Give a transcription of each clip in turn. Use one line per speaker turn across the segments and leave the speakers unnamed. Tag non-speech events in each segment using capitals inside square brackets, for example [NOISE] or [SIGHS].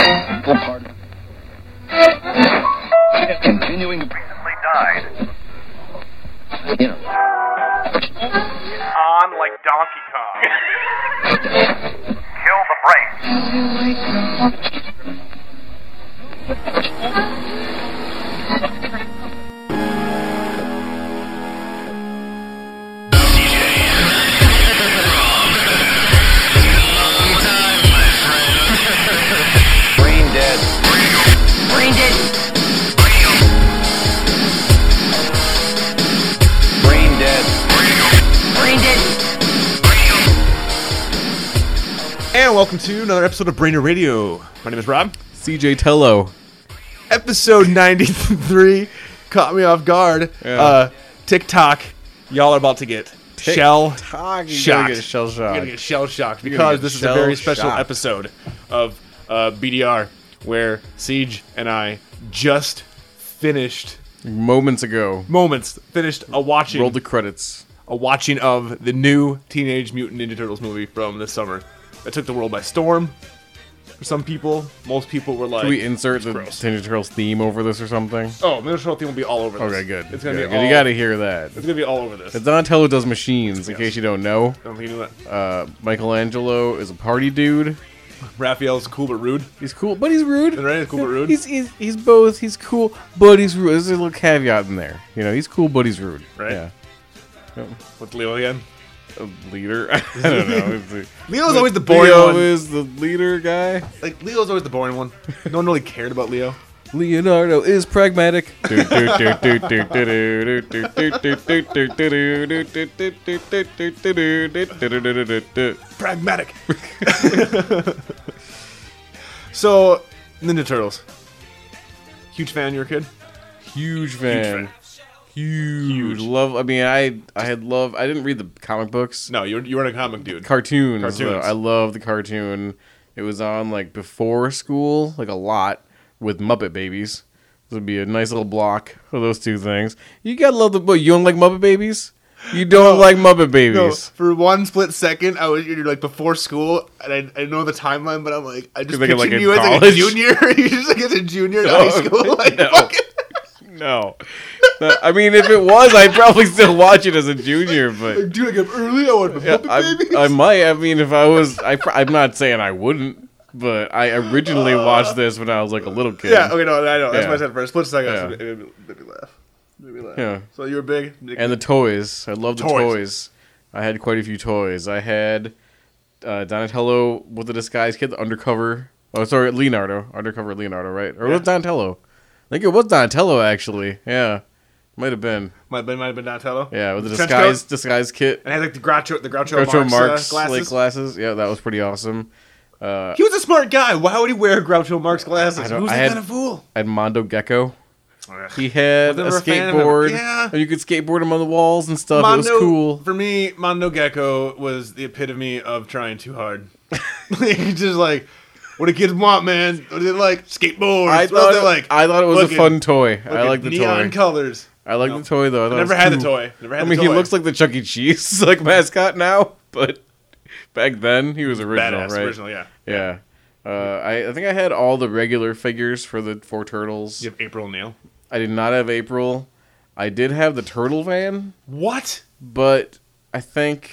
Pardon. Continuing to
recently died.
you know.
On like Donkey Kong. Kill the brakes.
Brain dead.
Brain dead.
Brain dead.
Brain dead.
And welcome to another episode of Brainer Radio. My name is Rob.
CJ Tello.
Episode 93 caught me off guard.
Yeah.
Uh, TikTok, y'all are about to get shell shocked.
you're gonna get shell
You're gonna
shocked.
get shell shocked
You're
because
gonna get
this is a very special
shell-shocked.
episode of uh, BDR where Siege and I just finished
Moments ago.
moments finished a watching
Roll the credits.
a watching of the new Teenage Mutant Ninja Turtles movie from this summer that took the world by storm. For some people, most people were like,
Can we insert the
gross.
Ninja Turtles theme over this or something?
"Oh, Ninja Turtle theme will be all over." This.
Okay, good.
It's gonna be
good, good.
all.
You gotta hear that.
It's gonna be all over this. I
Donatello does machines, in case you don't know.
don't think you knew that.
Uh, Michelangelo is a party dude.
Raphael's cool but rude.
He's cool, but he's rude.
Right, he's cool but rude.
He's, he's, he's both. He's cool, but he's rude. There's a little caveat in there. You know, he's cool, but he's rude.
Right.
Yeah.
What's Leo again?
A leader. [LAUGHS] I don't
[LAUGHS]
know.
Leo's always the boring
Leo
one.
is the leader guy.
Like Leo's always the boring one. No one really cared about Leo.
Leonardo is pragmatic.
[LAUGHS]
Brain
[LAUGHS] Pragmatic. so, Ninja Turtles. Huge fan, you're a kid.
Huge fan. Huge. Love. I mean, I I had love. I didn't read the comic books.
No, you're you're a comic dude.
Cartoons.
Cartoons.
though. I love the cartoon. It was on like before school, like a lot with Muppet Babies. This would be a nice little block of those two things. You gotta love the book. You don't like Muppet Babies? You don't like Muppet Babies?
No, for one split second, I was you're like before school, and I, I didn't know the timeline, but I'm like, Oh, I just
You're
pictured
thinking, like, in
you as like a
college?
junior. [LAUGHS] you just like as a junior in high school. Like,
no.
fuck it.
[LAUGHS] No. No, I mean, if it was, I'd probably still watch it as a junior, but
Dude, like I'm early. I want to
Yeah, I, I might. I mean, if I was, I, pr- I'm not saying I wouldn't, but I originally watched this when I was like a little kid.
Yeah, okay, no, I know. That's
Yeah.
what I said for a split second.
Yeah.
It made me, made me laugh. Made me laugh.
Yeah.
So you were big.
And the toys. I love the
Toys.
toys. I had quite a few toys. I had uh, Donatello with the disguise kid, the undercover. Oh, sorry, Leonardo. Undercover Leonardo, right? Or was it Donatello? I think it was Donatello, actually. Yeah. Might have been.
might have been, might have been Donatello.
Yeah, with the
Trench
disguise,
coat?
disguise kit.
And I had like the Groucho, the Groucho,
Groucho
Marx,
Marx
uh, glasses.
like glasses. Yeah, that was pretty awesome.
he was a smart guy. Why would he wear Groucho Marx glasses?
don't-
Who's
I
that
had-
kind of fool?
I had Mondo Gecko.
Ugh.
He had
Was
a
never a fan of him.
skateboard.
Yeah.
And you could skateboard him on the walls and stuff. it was cool.
For me, Mondo Gecko was the epitome of trying too hard. [LAUGHS] like, just like, what do kids want, man? What do they like? Skateboards.
I
What do
thought,
they
it,
like?
I thought it was
Look
a
at-
fun toy.
Look
I
at
like the
neon
toy.
colors.
I like the toy though. I thought it
Never
was
had the
cool.
toy. Never had
I
the
mean,
toy.
he looks like the Chuck E. Cheese [LAUGHS] like mascot now, [LAUGHS] but back then he was original,
badass
right?
original. Yeah.
Yeah. Uh, I, I think I had all the regular figures for the four turtles.
You have April O'Neil.
I did not have April. I did have the turtle van.
What?
but I think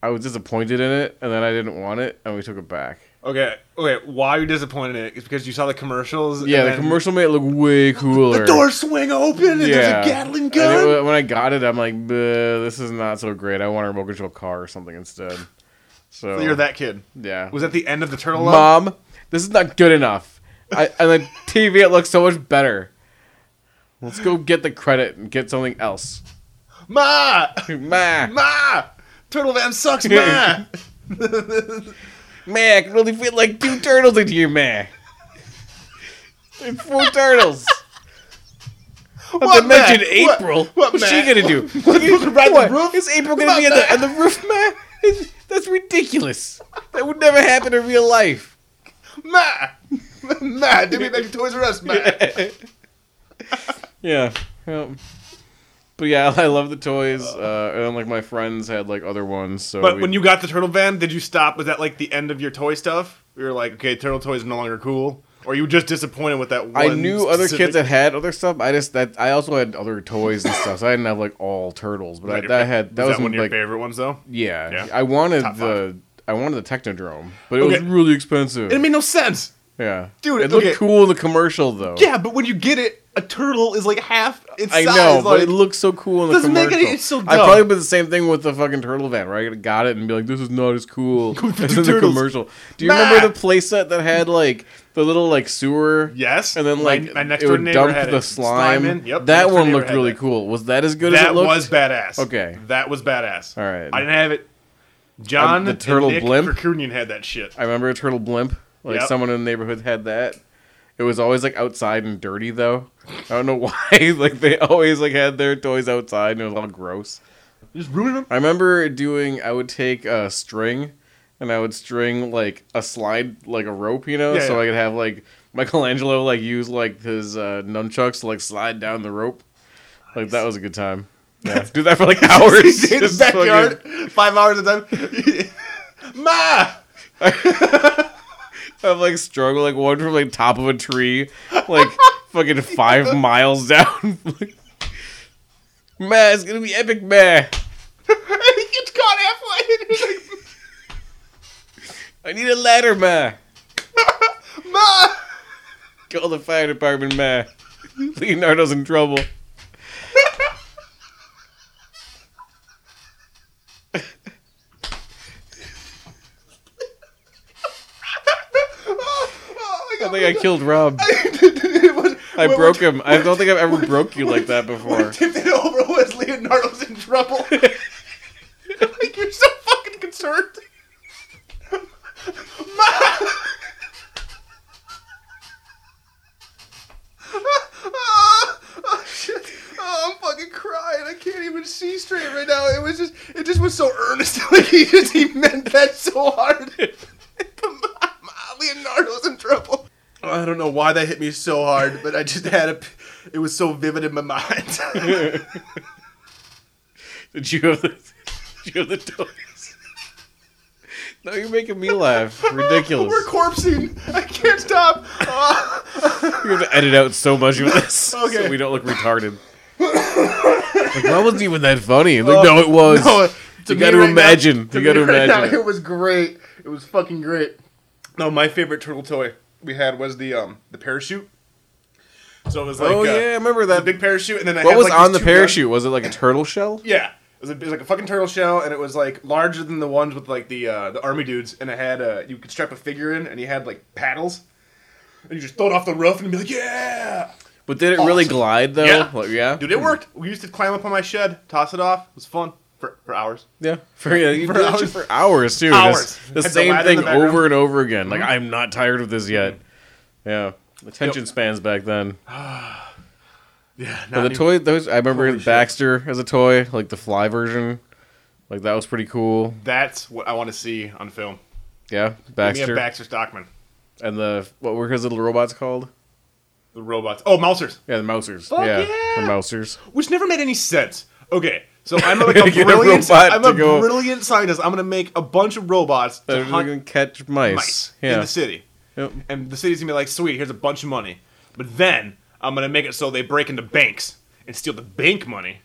I was disappointed in it, and then I didn't want it, and we took it back.
Okay, okay. Why are you disappointed in it? It's because you saw the commercials.
Yeah,
and
the
then
commercial made it look way cooler.
The doors swing open and
yeah,
there's a Gatling
And it
gun.
wa- when I got it, I'm like, "Bleh, this is not so great. I want a remote control car or something instead. So
You're that kid.
Yeah.
Was that the end of the turtle? Love?
Mom, this is not good enough. I, on the TV, it looks so much better. Let's go get the credit and get something else. [LAUGHS]
Ma,
Mac,
ma. Turtle van
[LAUGHS]
sucks, ma.
Mac, really fit like two turtles into you, Mac. It's [LAUGHS] four turtles.
What
they mentioned
Mac? What-
April.
What, what
What's she
Mac?
gonna do?
ride the
[LAUGHS] What?
roof?
Is April gonna
Come
be
on,
on the,
Mac.
on the roof, man? It's- That's ridiculous. That would never happen in real [LAUGHS] life.
Ma, ma. Did we make Toys R Us, ma?
Yeah. Well, But yeah, [LAUGHS] I love the toys. Uh, and then, like my friends had like other ones. So
But
we-
when you got the turtle van, did you stop? Was that like the end of your toy stuff? You were like, okay, turtle toys are no longer cool, or you were just disappointed with that? One
I knew other
specific-
kids that had other stuff. I just that I also had other toys and stuff. So I didn't have like all turtles, but
Was
I,
your
that
fa-
had that was,
one of your
like
favorite ones though.
yeah,
Yeah.
I wanted
Top
the I wanted the Technodrome, but it was
Okay.
really expensive.
It made no sense.
yeah,
Dude,
it looked
okay.
cool in the commercial though.
Yeah, but when you get it, a turtle is like half its
I
size.
know, but
like,
it looks so cool in the
Doesn't make
commercial.
any- it's so
I
dumb.
probably did the same thing with the fucking turtle van, where I got it and be like, "This is not as cool."
[LAUGHS] With the
as
two
in the
turtles.
commercial. Do you
Nah.
remember the playset that had like the little like sewer?
Yes.
And then
My-
like
my next
it
door
would
neighbor
dump
had
the
it.
slime.
Slime in. Yep, my
that
next door
one
neighbor
looked
had
really
that.
cool. Was that as good as
that
it looked?
was badass.
Okay.
that was badass.
All right. Uh,
I didn't have it. John
the turtle
and Nick
blimp?
Krikunian had that shit.
I remember a turtle blimp. Like
Yep.
someone in the neighborhood had that. It was always like outside and dirty though. I don't know [LAUGHS] why. like they always like had their toys outside and it was all gross.
Just ruining [LAUGHS] them.
I remember doing. I would take a string, and I would string like a slide, like a rope, you know,
Yeah,
so
yeah.
I could have like Michelangelo like use like his uh, nunchucks to like slide down the rope. Like that was a good
[LAUGHS]
time. Yeah, do that for like hours.
in the
Just
backyard,
fucking-
five hours at a time. [LAUGHS] Ma, [LAUGHS]
I'm like strung like one from like top of a tree,
[LAUGHS]
like fucking five miles down. [LAUGHS] like, man, it's gonna be epic, man.
he gets caught halfway. [LAUGHS] And he's like,
I need a ladder, man.
Ma, Oh
Call the fire department,
[LAUGHS]
man. Leonardo's in trouble.
oh my
I
god.
think I killed Rob.
[LAUGHS] it was,
I
when-
broke him. I don't think I've ever broke you
[LAUGHS]
like that before.
when tipped it over was Leonardo's in trouble. like you're so fucking concerned. Ma. Ah, oh, shit. Oh, I'm fucking crying. I can't even see straight right now. It was just, it just was so earnest. [LAUGHS] Like he just, he meant that so hard. [LAUGHS] Ma- Ma, Leonardo's in trouble. I don't know why that hit me so hard, but I just had a, it was so vivid in my mind.
Did you have the, did you have the toys? No, you're making
[LAUGHS]
me laugh.
[LAUGHS]
Ridiculous.
We're corpsing. I can't stop.
[LAUGHS]
Ah.
You're gonna edit out so much
[LAUGHS]
of this, okay. so
Okay.
we don't
[LAUGHS]
look retarded. like that wasn't even that funny. Like no, it was.
No, uh, to
you
me
got to
right now-
imagine.
to
you got to
me right
imagine.
now,
it.
it was great. It was fucking great. No, my favorite turtle toy we had was the um the parachute. So it was like
oh
uh,
yeah, I remember
the
that.
big parachute, and then I
what
had,
was
like,
on
these
the
two guns.
parachute? Was it like a turtle shell?
Yeah, it was, a, it was like a fucking turtle shell, and it was like larger than the ones with like the uh, the army dudes, and it had uh, you could strap a figure in, and he had like paddles, and you just throw it off the roof and be like, yeah.
But did it really glide though?
Yeah.
Like, yeah.
Dude, it worked. We used to climb up on my shed, toss it off. It was fun for, for hours.
Yeah, for, yeah, you
For
do that shit
hours.
for hours too.
Hours.
Just The
Had the
same
ladder in
thing
the Mm-hmm. bedroom.
over and over again. Like I'm not tired of this yet.
Mm-hmm.
Yeah, attention spans back then.
Yeah,
But the toy, those I remember
Holy shit.
Baxter as a toy, like the fly version. Like that was pretty cool.
That's what I want to see on film.
Yeah,
Me and
Baxter
Baxter Stockman,
and the what were his little robots called?
the robots. Oh, Mousers,
Yeah, the Mousers.
Fuck
yeah,
yeah.
the Mousers.
which never made any sense. Okay, so I'm
[LAUGHS]
like a
Get a
brilliant,
robot
I'm a
to go-
brilliant scientist. I'm gonna make a bunch of robots to
They're
hunt
gonna catch mice.
mice in
Yeah.
the city,
Yep.
and the city's gonna be like, "Sweet, here's a bunch of money." But then I'm gonna make it so they break into banks and steal the bank money.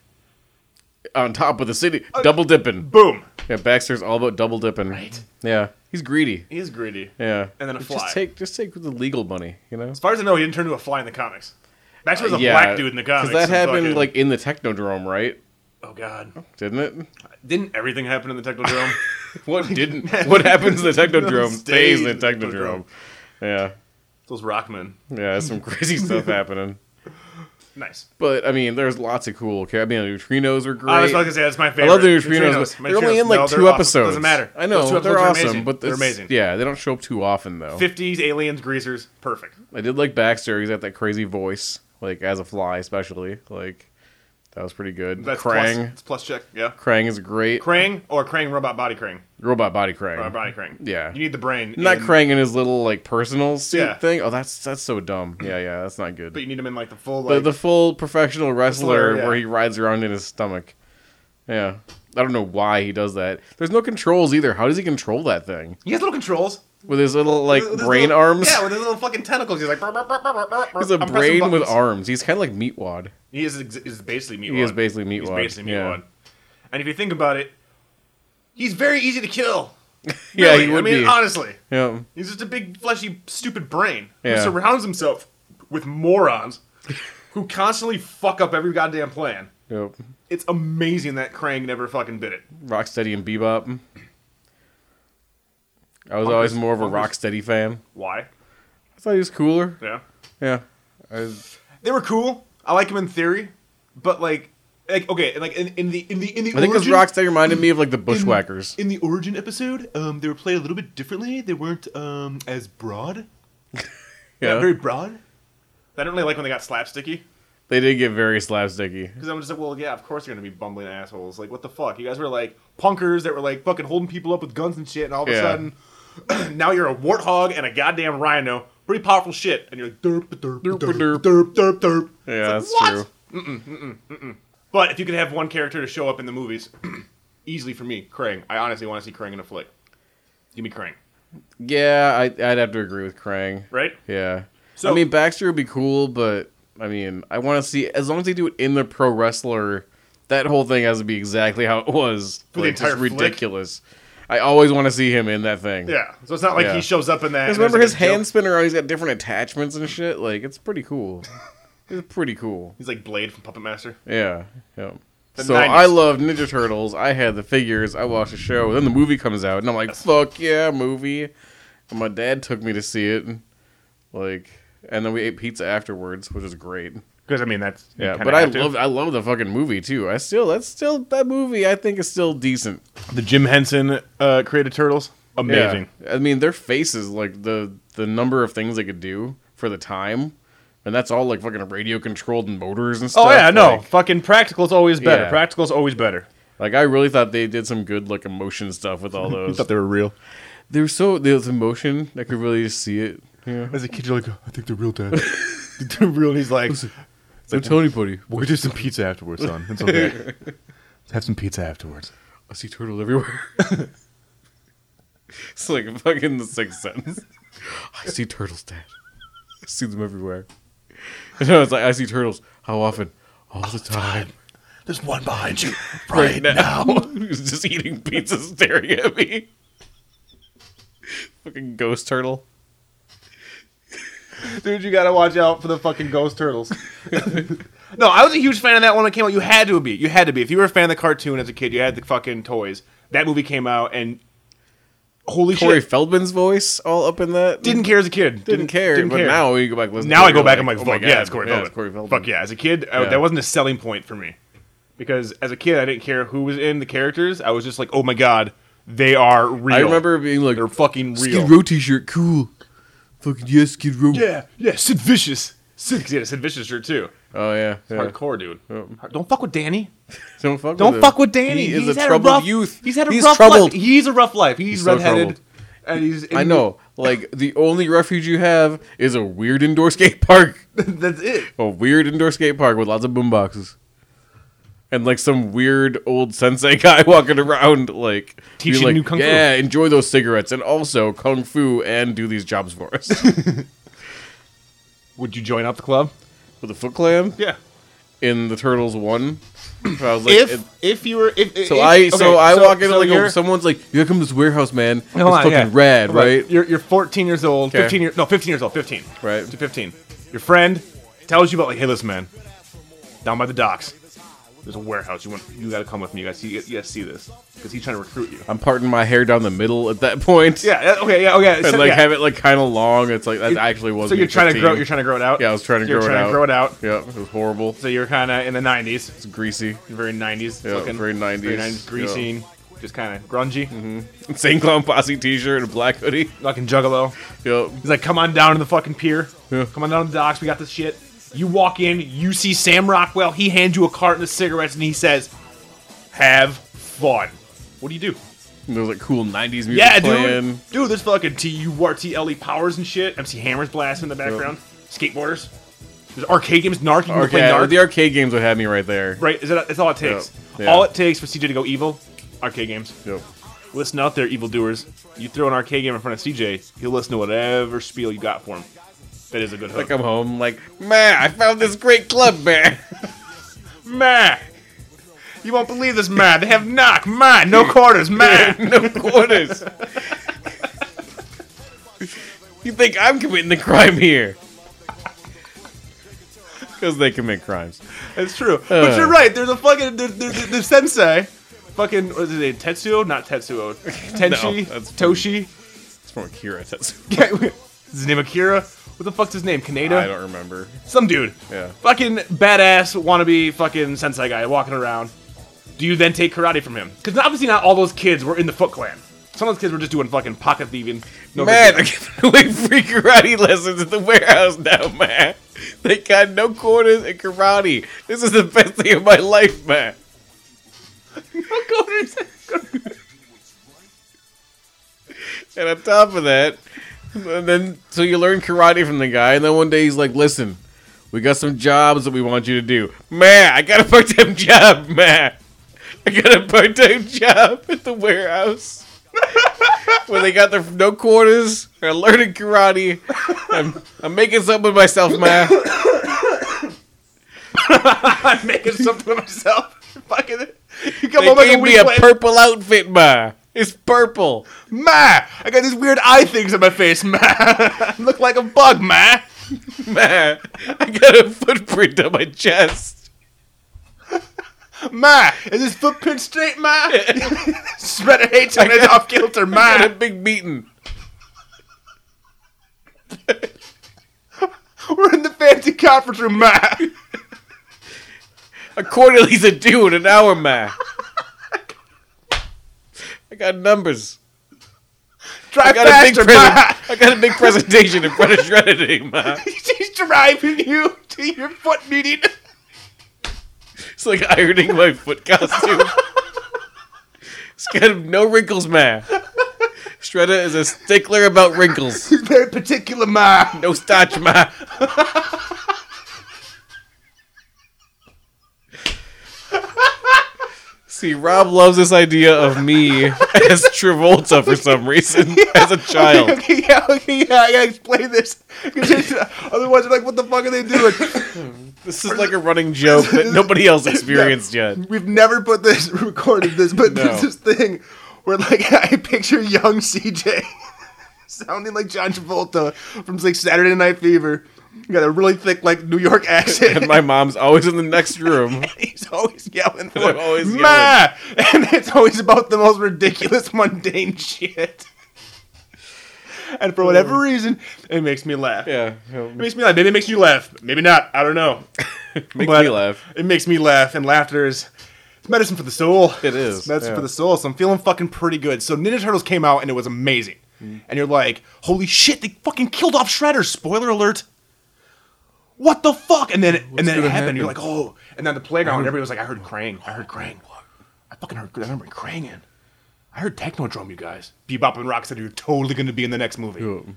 On top of the city,
Uh,
double dipping.
Boom!
Yeah, Baxter's all about double dipping. Right. Yeah, he's greedy.
He's greedy.
Yeah.
And then a
Just
fly.
take just take the legal money, you know.
As far as I know, he didn't turn into a fly in the comics. Baxter was a black dude in the comics.
Because that
so
happened
fucking-
like in the Technodrome, right?
oh god, [LAUGHS]
Didn't it?
didn't everything happen in the
[LAUGHS]
Technodrome?
What didn't?
[LAUGHS]
what happens in the Technodrome stays
Stays
in the
in the
Technodrome. Yeah,
Those Rockmen,
yeah, there's
[LAUGHS]
some crazy stuff happening.
nice.
But I mean, there's lots of cool. Okay, I mean, the neutrinos are great.
I was about to say that's my favorite.
love the neutrinos. but They're only in like
No, they're
two
awesome.
episodes.
Doesn't matter.
I know
Those two
they're
episodes are
awesome,
amazing.
but
they're
it's-
amazing.
Yeah, they don't show up too often though.
50s aliens greasers, perfect.
I did like Baxter. He's got that crazy voice, like as a fly, especially. Like That was pretty good.
That's
Krang.
Plus, it's plus check. Yeah.
Krang is great.
Krang or Krang robot body Krang.
Robot body Krang.
Robot body Krang.
Yeah.
You need the brain.
Not
in-
Krang in his little like personal suit
Yeah.
thing. Oh, that's that's so
[CLEARS THROAT]
dumb. Yeah, yeah, that's not good.
But you need him in like the full
the,
like.
the full professional wrestler
Wrestler, yeah.
where he rides around in his stomach. Yeah. I don't know why he does that. There's no controls either. How does he control that thing?
he has little controls.
With his little like
With his
brain
little-
arms?
Yeah, with his little fucking tentacles. He's like. "Brr, brr, brr, brr, brr, brr, brr."
[LAUGHS] He's a
I'm pressing
brain with
buttons.
arms. He's kind of like Meatwad.
He is, ex- is basically meat.
He is basically Meat
He's
Wad,
basically meat
yeah.
wad. And if you think about it, he's very easy to kill.
Yeah,
Really,
he would
I mean,
be.
honestly,
yeah.
he's just a big, fleshy, stupid brain
Yeah.
who surrounds himself with morons
[LAUGHS]
who constantly fuck up every goddamn plan.
Yep.
It's amazing that Krang never fucking did it.
Rocksteady and Bebop. I was
Funkers-
always more of a
Funkers-
Rocksteady fan.
Why?
I thought he was cooler.
Yeah,
Yeah. I was-
they were cool. I like him in theory, but like, like okay, and like in, in the in the in the
I think because
origin-
Rocksteady reminded me of like the Bushwhackers.
in the origin episode, um, they were played a little bit differently. They weren't um as broad.
Yeah.
very broad. I didn't really like when they got slapsticky
They did get very slapsticky.
because I'm just like, well, yeah, of course they're gonna be bumbling assholes. Like, what the fuck? You guys were like punkers that were like fucking holding people up with guns and shit, and all of
Yeah.
a sudden, [CLEARS THROAT] now you're a warthog and a goddamn rhino. Pretty powerful shit, and you're like derp derp derp
derp.
derp derp derp. derp.
Yeah, that's
It's like,
true.
what? But if you could have one character to show up in the movies, [CLEARS THROAT] easily for me, Krang. I honestly want to see Krang in a flick. Give me Krang,
Yeah, I, I'd have to agree with Krang.
right?
Yeah.
So-
I mean, Baxter would be cool, but I mean, I want to see as long as they do it in the pro wrestler. That whole thing has to be exactly how it was.
For the
Like, just
entire flick?
ridiculous. I always want to see him in that thing.
Yeah. So it's not like
Yeah.
he shows up in that.
Because
and there's,
remember
like,
his
a joke.
hand spinner always got different attachments and shit. Like it's pretty cool. [LAUGHS] it's pretty cool.
He's like Blade from Puppet Master.
Yeah. Yeah.
The
So
90s.
I love Ninja Turtles. I had the figures. I watched the show. Then the movie comes out, and I'm like, "Fuck yeah, movie!" And my dad took me to see it. Like, and then we ate pizza afterwards, which is great.
Because I mean that's you
Yeah,
kinda
but I
have to.
love I love the fucking movie too. I still that's still that movie I think is still decent.
the Jim Henson uh, created Turtles.
Yeah.
Amazing.
I mean, their faces, like the the number of things they could do for the time, and that's all like fucking radio controlled motors and stuff.
Oh yeah, no,
Like,
fucking practical's always better.
Yeah.
Practical's always better.
like, I really thought they did some good like emotion stuff [LAUGHS] with all those.
they were real.
they were so there's emotion. I could really just see it.
As a kid, you're like, "Oh, I think they're real, [LAUGHS] Dad. they're real. And he's like,
Don't tell anybody.
we'll get you some pizza afterwards, son. It's [LAUGHS] okay. have some pizza afterwards.
I see turtles everywhere. [LAUGHS] it's like fucking the sixth sense. [LAUGHS] I see turtles, Dad. I see them everywhere. [LAUGHS] And I was like, I see turtles. How often? All the time.
There's one behind [LAUGHS] you.
right now. [LAUGHS] He's just eating pizza, staring at me. Fucking ghost turtle.
Dude, you gotta watch out for the fucking ghost turtles. [LAUGHS] no, I was a huge fan of that one when it came out. You had to be. You had to be. If you were a fan of the cartoon as a kid, you had the fucking toys. That movie came out and holy
Corey
shit.
Feldman's voice all up in that.
Didn't care as a kid. Didn't,
didn't care.
Didn't
but
care.
now you go back and listen.
now
to it,
I go
you're
back. I'm like,
oh
fuck
my God,
yeah, it's Corey
yeah,
Feldman.
it's Corey Feldman.
Fuck yeah. As a kid, I,
Yeah.
that wasn't a selling point for me because as a kid, I didn't care who was in the characters. I was just like, oh my god, they are real.
I remember being like,
they're fucking real.
Skid Row t-shirt, cool. Fucking yes, Skid Row.
yeah, yeah. Sid Vicious. Sid, 'cause he had a Sid Vicious shirt too.
Oh yeah. yeah.
Hardcore dude. Don't fuck with Danny.
Don't fuck.
Don't
with
fuck
him.
with Danny.
He
he's
is a
had
troubled
a rough,
youth.
He's had a
he's
rough
troubled.
life. He's a rough life. He's,
so
redheaded.
troubled.
and he's
I know. Like the only refuge you have is a weird indoor skate park.
[LAUGHS] that's it.
a weird indoor skate park with lots of boom boxes. And like some weird old sensei [LAUGHS] guy walking around, like
Teaching
being like,
you kung fu.
Yeah, enjoy those cigarettes and also kung fu and do these jobs for
[LAUGHS]
us [LAUGHS]
Would you join up the club?
with the Foot Clan
Yeah.
in the Turtles one. So I was like,
If
it-
if you were if,
so I so I walk in like
you're,
oh, someone's like, you come to this warehouse, man. It's
Hold on,
fucking
yeah.
rad,
Hold on.
right?
You're you're 14 years old.
'Kay.
15 years no 15 years old. 15
Right.
to 15. Your friend tells you about like hey listen man, down by the docks. There's a warehouse. You want you got to come with me. You guys see you guys see this because he's trying to recruit you.
I'm parting my hair down the middle at that [LAUGHS] point.
Yeah. yeah, Okay. Yeah. Okay.
and
so-
[LAUGHS] like
yeah.
have it like kind of long. It's like that actually was.
So
me
you're trying
15.
to grow. You're trying to grow it out.
Yeah, I was trying to
you're
grow it
trying
out.
To grow it out.
Yeah, it was horrible.
So you're kind of in the '90s,
It's greasy.
very '90s
Yeah,
looking,
very Mm-hmm. 90s,
very '90s greasy, just kind of grungy,
Same clown posse T-shirt and a black hoodie.
fucking juggalo.
Yep.
He's like, "Come on down to the fucking pier.
Yeah.
Come on down to the docks. We got this shit." You walk in, you see Sam Rockwell. He hands you a carton of cigarettes, and he says, "Have fun." What do you do?
And There's like cool '90s music
Yeah,
playing.
dude, dude, there's fucking T U R T L E powers and shit. MC Hammers blasting in the background. Skateboarders. There's arcade games. Narc. You can play
Arcade,
Narc.
the arcade games would have me right there.
right? Is that? That's all it takes.
Yeah, yeah.
All it takes for CJ to go evil. Arcade games.
Yep.
Listen out there, evildoers. You throw an arcade game in front of CJ, he'll listen to whatever spiel you got for him. That is a good
I
hook.
come home like, man, I found this great club, man. [LAUGHS]
man. You won't believe this, man. They have knock, man. [LAUGHS] No quarters, man.
no quarters. [LAUGHS] you think I'm committing the crime here? [LAUGHS] Because they commit crimes.
That's true. but you're right. There's a fucking there's, there's, there's sensei. Fucking what is it? Tetsuo? Not [LAUGHS] Tetsuo. Tenshi.
No, that's
Toshi.
It's from Akira. That's
is [LAUGHS] his name Akira? What the fuck's his name? Kaneda.
I don't remember.
Some dude.
Yeah.
Fucking badass wannabe fucking sensei guy walking around. Do you then take karate from him? Because obviously not all those kids were in the Foot Clan. Some of those kids were just doing fucking pocket thieving. No
Man,
big
they're [LAUGHS] giving away free karate lessons at the warehouse now, man. They got no quarters in karate. This is the best thing of my life, man. [LAUGHS] And on top of that, and then so you learn karate from the guy, and then one day he's like, "Listen, we got some jobs that we want you to do, man. I got a part-time [LAUGHS] job, man. I got a part-time [LAUGHS] job at the warehouse where they got their no quarters. I'm learning karate. I'm, I'm making something of myself,
[COUGHS]
man.
[LAUGHS] I'm making something of myself. [LAUGHS] fucking. You come
They
home like a
gave me
week
a
later.
purple outfit, man. It's purple.
Ma! I got these weird eye things on my face, ma! [LAUGHS] I look like a bug, ma!
Man, I got a footprint on my chest.
Ma! Is this footprint straight, ma? [LAUGHS] Spreader hates when it's off [LAUGHS] kilter,
I
ma!
had a big meeting.
We're in the fancy conference room, [LAUGHS] ma!
A quarterly's a due in an hour, man. I got numbers.
Drive
I got a
faster,
big
ma!
present- I got a big presentation in front of Shredder today, man.
[LAUGHS] She's driving you to your foot meeting.
It's like ironing my foot costume. It's got no wrinkles, man. Shredder is a stickler about wrinkles.
She's very particular, ma!
No starch, man. See, Rob loves this idea of me as Travolta for some reason as a
[LAUGHS]
child.
Okay, yeah, okay, yeah, I gotta explain this. [LAUGHS] 'Cause it's- Otherwise, you're like, what the fuck are they doing?
This is like a running joke that nobody else experienced yet.
[LAUGHS] We've never put this recorded this, but
No.
there's this thing where like [LAUGHS] I picture young CJ [LAUGHS] sounding like John Travolta from like Saturday Night Fever. He got a really thick like New York accent.
And my mom's always in the next room.
[LAUGHS] He's always yelling for
I'm always
Ma! [LAUGHS] And it's always about the most ridiculous, mundane [LAUGHS] shit. And for whatever reason, it makes me laugh.
Hmm. Yeah,
It makes me laugh. Maybe it makes you laugh. Maybe not. I don't know.
make
But
me laugh.
It makes me laugh, and laughter is it's medicine for the soul.
It is,
It's medicine
yeah.
for the soul. So I'm feeling fucking pretty good. So Ninja Turtles came out, and it was amazing.
Mm.
And you're like, holy shit, they fucking killed off Shredder. Spoiler alert. What the fuck? And then and then it
gonna
happened.
happen?
You're like, oh. And then the playground, and everybody was like, I heard Krang. I heard Krang. I fucking heard. I remember Krangin. I heard Technodrome, you guys. Bebop and Rocksteady are totally going to be in the next movie. Dude,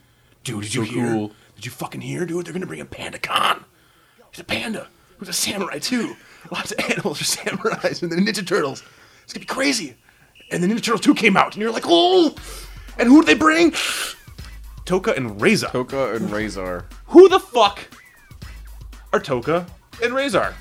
did you hear?
cool.
Did you fucking hear, dude? They're gonna bring a panda con. He's a panda. Who's a samurai too? Lots of animals are samurais and the Ninja Turtles. It's gonna be crazy. And the Ninja Turtles 2 came out, and you're like, oh! And who did they bring? Toka and Reza.
Coca and Razor.
Who the fuck are Toka and Razor?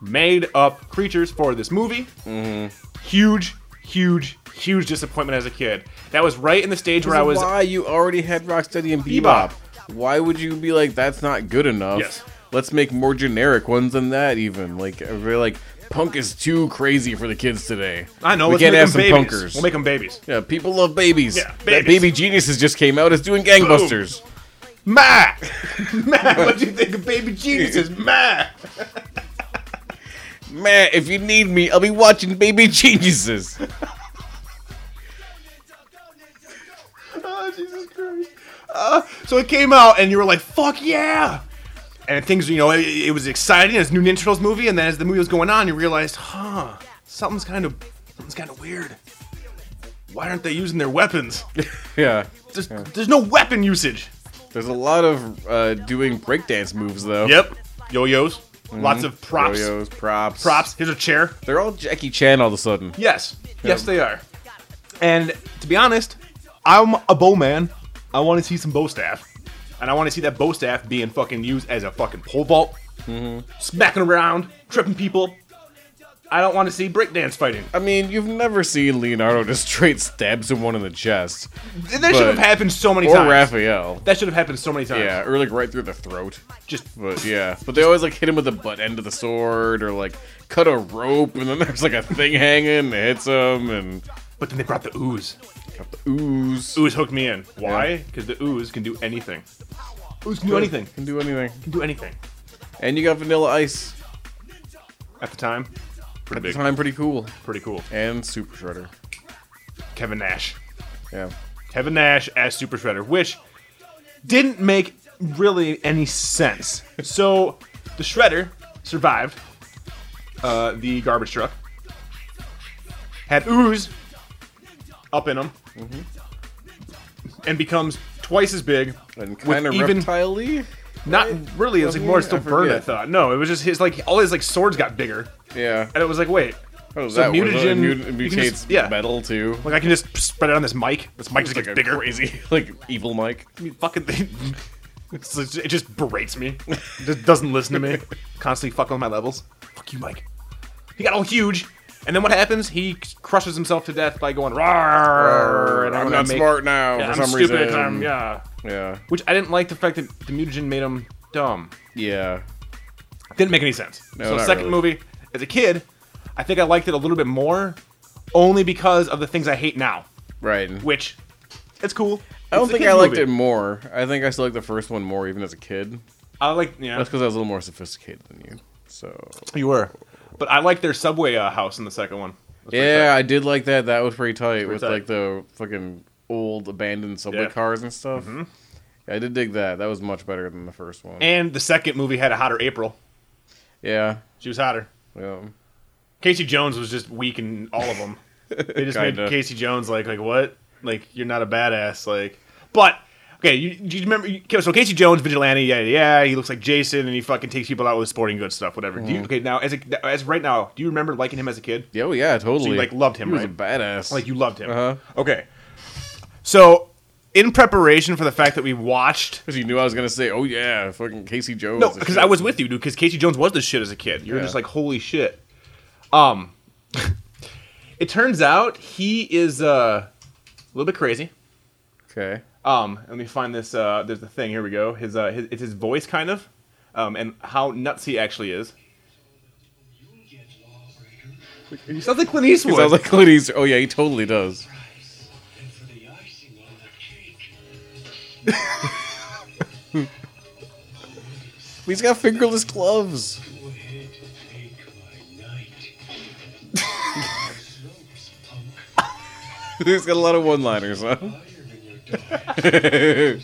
Made up creatures for this movie.
Mm-hmm.
Huge, huge, huge disappointment as a kid. That was right in the stage where I was
why you already had Rocksteady and
Bebop.
Bebop. Why would you be like that's not good enough?
Yes.
Let's make more generic ones than that. Even like they're like punk is too crazy for the kids today.
I know.
we
let's
can't
make
have some
them babies.
punkers.
We'll make them babies.
yeah, people love babies.
Yeah,
That
babies.
Baby Geniuses just came out. It's doing gangbusters.
Ma, [LAUGHS] ma, what do you think of Baby Geniuses? Ma,
Man, if you need me, I'll be watching Baby [LAUGHS] Geniuses.
oh Jesus Christ! Uh, so it came out, and you were like, "Fuck yeah!" and things you know it, it was exciting as new Ninja Turtles movie, and then as the movie was going on, you realized, huh, something's kind of something's kind of weird. Why aren't they using their weapons?
Yeah.
There's, there's no weapon usage.
There's a lot of uh, doing breakdance moves though.
Yep, yo-yos, lots of props.
Yo-yos, props.
Props. Here's a chair.
They're all Jackie Chan all of a sudden.
Yes, yes they are. And to be honest, I'm a bow man. I want to see some bow staff, and I want to see that bow staff being fucking used as a fucking pole vault,
Mm-hmm.
smacking around, tripping people. I don't want to see breakdance fighting.
I mean, you've never seen Leonardo just [LAUGHS] straight stab someone in the chest.
That should have happened so many
Or
times.
Raphael.
That should have happened so many times.
Yeah, or like right through the throat.
Just
But yeah, but they always like hit him with the butt end of the sword or like cut a rope and then [LAUGHS] there's like a thing hanging that hits him and
but then they brought the ooze.
ooze.
Ooze hooked me in. Why? Because the ooze can do anything. Ooze can do anything.
Can do anything.
Can do anything.
And you got Vanilla Ice.
At the time, pretty
At the
big,
time, pretty cool.
pretty cool.
And Super Shredder.
Kevin Nash.
Yeah.
Kevin Nash as Super Shredder, which didn't make really any sense. So the Shredder survived uh, the garbage truck, had ooze up in him,
Mm-hmm.
and becomes twice as big.
And
With
kind of
even-
reptile
Not really, it was like more
I
still burned. I
forget.
thought no, it was just his like all his like swords got bigger,
Yeah.
and it was like wait,
What was
so
that? Was it
mutagen-
mut-
you can
mutates
just- yeah.
metal too.
like I can just spread it on this mic. This mic just
It's like
gets
a
bigger.
crazy, like evil Mike.
I mean, fucking thing. It's just- it just berates me. It just doesn't listen to me. Constantly fucking with my levels. Fuck you, Mike. He got all huge. And then what happens? He crushes himself to death by going, "Rawr," and
I'm
gonna
not
make-
smart now
Yeah,
for
I'm
some
stupid.
reason.
I'm- yeah.
yeah.
Which I didn't like the fact that the mutagen made him dumb.
Yeah.
Didn't make any sense.
No,
so,
not
second
really.
movie, as a kid, I think I liked it a little bit more only because of the things I hate now,
Right.
which it's cool.
I don't think I liked it more. I think I still liked the first one more, even as a kid.
I like, yeah.
That's because I was a little more sophisticated than you. So
You were. But I like their subway uh, house in the second one. That's pretty
yeah,
tight.
I did like that. That was pretty tight with
tight.
like the fucking old abandoned subway
Yeah.
cars and stuff. Yeah, I did dig that. That was much better than the first one.
And the second movie had a hotter April.
yeah.
She was hotter.
Yeah.
Casey Jones was just weak in all of
[LAUGHS]
them. They just made
Kinda.
Casey Jones like like what? Like you're not a badass. Like, but okay, you, do you remember? you- So Casey Jones, vigilante, yeah, yeah. He looks like Jason, and he fucking takes people out with sporting goods stuff, whatever. Do
Mm-hmm.
you, okay, now as a, as right now, do you remember liking him as a kid?
Yeah, well, yeah, totally.
like, loved him,
he
right?
was a badass.
Like you loved him.
Uh-huh.
Okay. So, in preparation for the fact that we watched
Because you knew I was gonna say, "Oh yeah, fucking Casey Jones."
No,
and
because
shit.
I was with you, dude. Because Casey Jones was the shit as a kid. You're
Yeah.
just like, holy shit. Um, [LAUGHS] it turns out he is uh, a little bit crazy.
Okay.
Um, let me find this. Uh, there's the thing. Here we go. His, uh, his it's his voice kind of, um, and how nuts he actually is. He sounds like Clint Eastwood.
He sounds like [LAUGHS] Clint Eastwood. Oh yeah, he totally does. He's got fingerless gloves. [LAUGHS] He's got a lot of one-liners, huh? [LAUGHS] he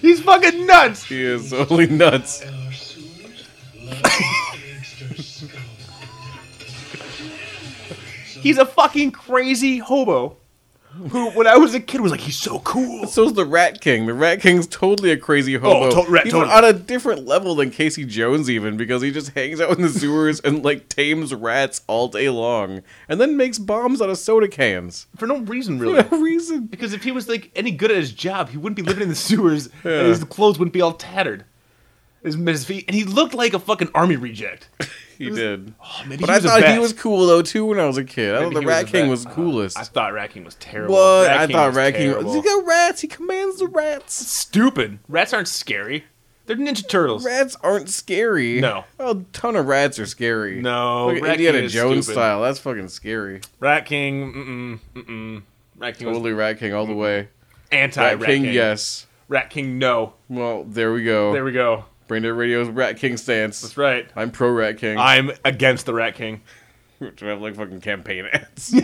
He's fucking nuts.
is only nuts.
He's a fucking crazy hobo. Who, when I was a kid, was like, he's so cool.
So's the Rat King. The Rat King's totally a crazy hobo.
Oh, to- rat-
He's
totally.
on a different level than Casey Jones, even because he just hangs out in the sewers and like tames rats all day long, and then makes bombs out of soda cans [LAUGHS]
For no reason, really.
for no reason.
Because if he was like any good at his job, he wouldn't be living in the sewers, and his clothes wouldn't be all tattered. His, his feet, and he looked like a fucking army reject.
[LAUGHS] He did.
Oh, maybe
But
he
I
was
thought
the
he
best.
was cool though too when I was a kid. I
Maybe
thought the
he was
Rat
the
King
best.
was
Uh,
coolest.
I thought Rat King was terrible.
What?
Rat
I
King
thought
was
Rat King.
terrible.
He got rats. He commands the rats.
stupid. Rats aren't scary. They're Ninja Turtles.
Rats aren't scary.
No.
A ton of rats are scary.
No,
Look at
Rat King
Indiana
is
Jones
stupid.
style. That's fucking scary.
Rat King, mm-mm, mm-mm. Rat King was
Totally Rat King all the way.
anti
Rat,
Rat
King, yes.
Rat King, no.
Well, there we go.
There we go.
Brain Dead Radio's Rat King stance.
That's right.
I'm pro Rat King.
I'm against the Rat King.
[LAUGHS] Do I have like fucking campaign ads?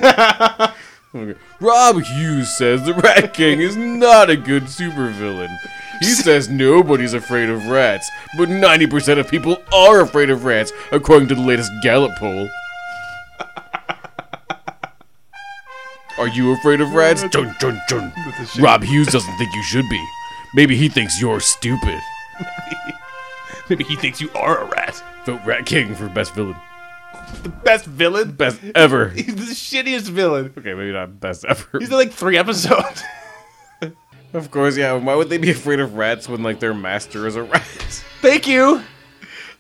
Rob Hughes says the Rat King is not a good supervillain. He says nobody's afraid of rats, but 90% of people are afraid of rats, according to the latest Gallup poll. Are you afraid of rats? Dun, dun, dun. Rob Hughes doesn't think you should be. Maybe he thinks you're stupid.
[LAUGHS] Maybe he thinks you are a rat.
Vote Rat King for best villain.
Best villain?
Best ever.
He's the shittiest villain.
Okay, maybe not best ever.
He's in like three episodes. [LAUGHS]
Of course, yeah. Why would they be afraid of rats when, like, their master is a rat?
Thank you.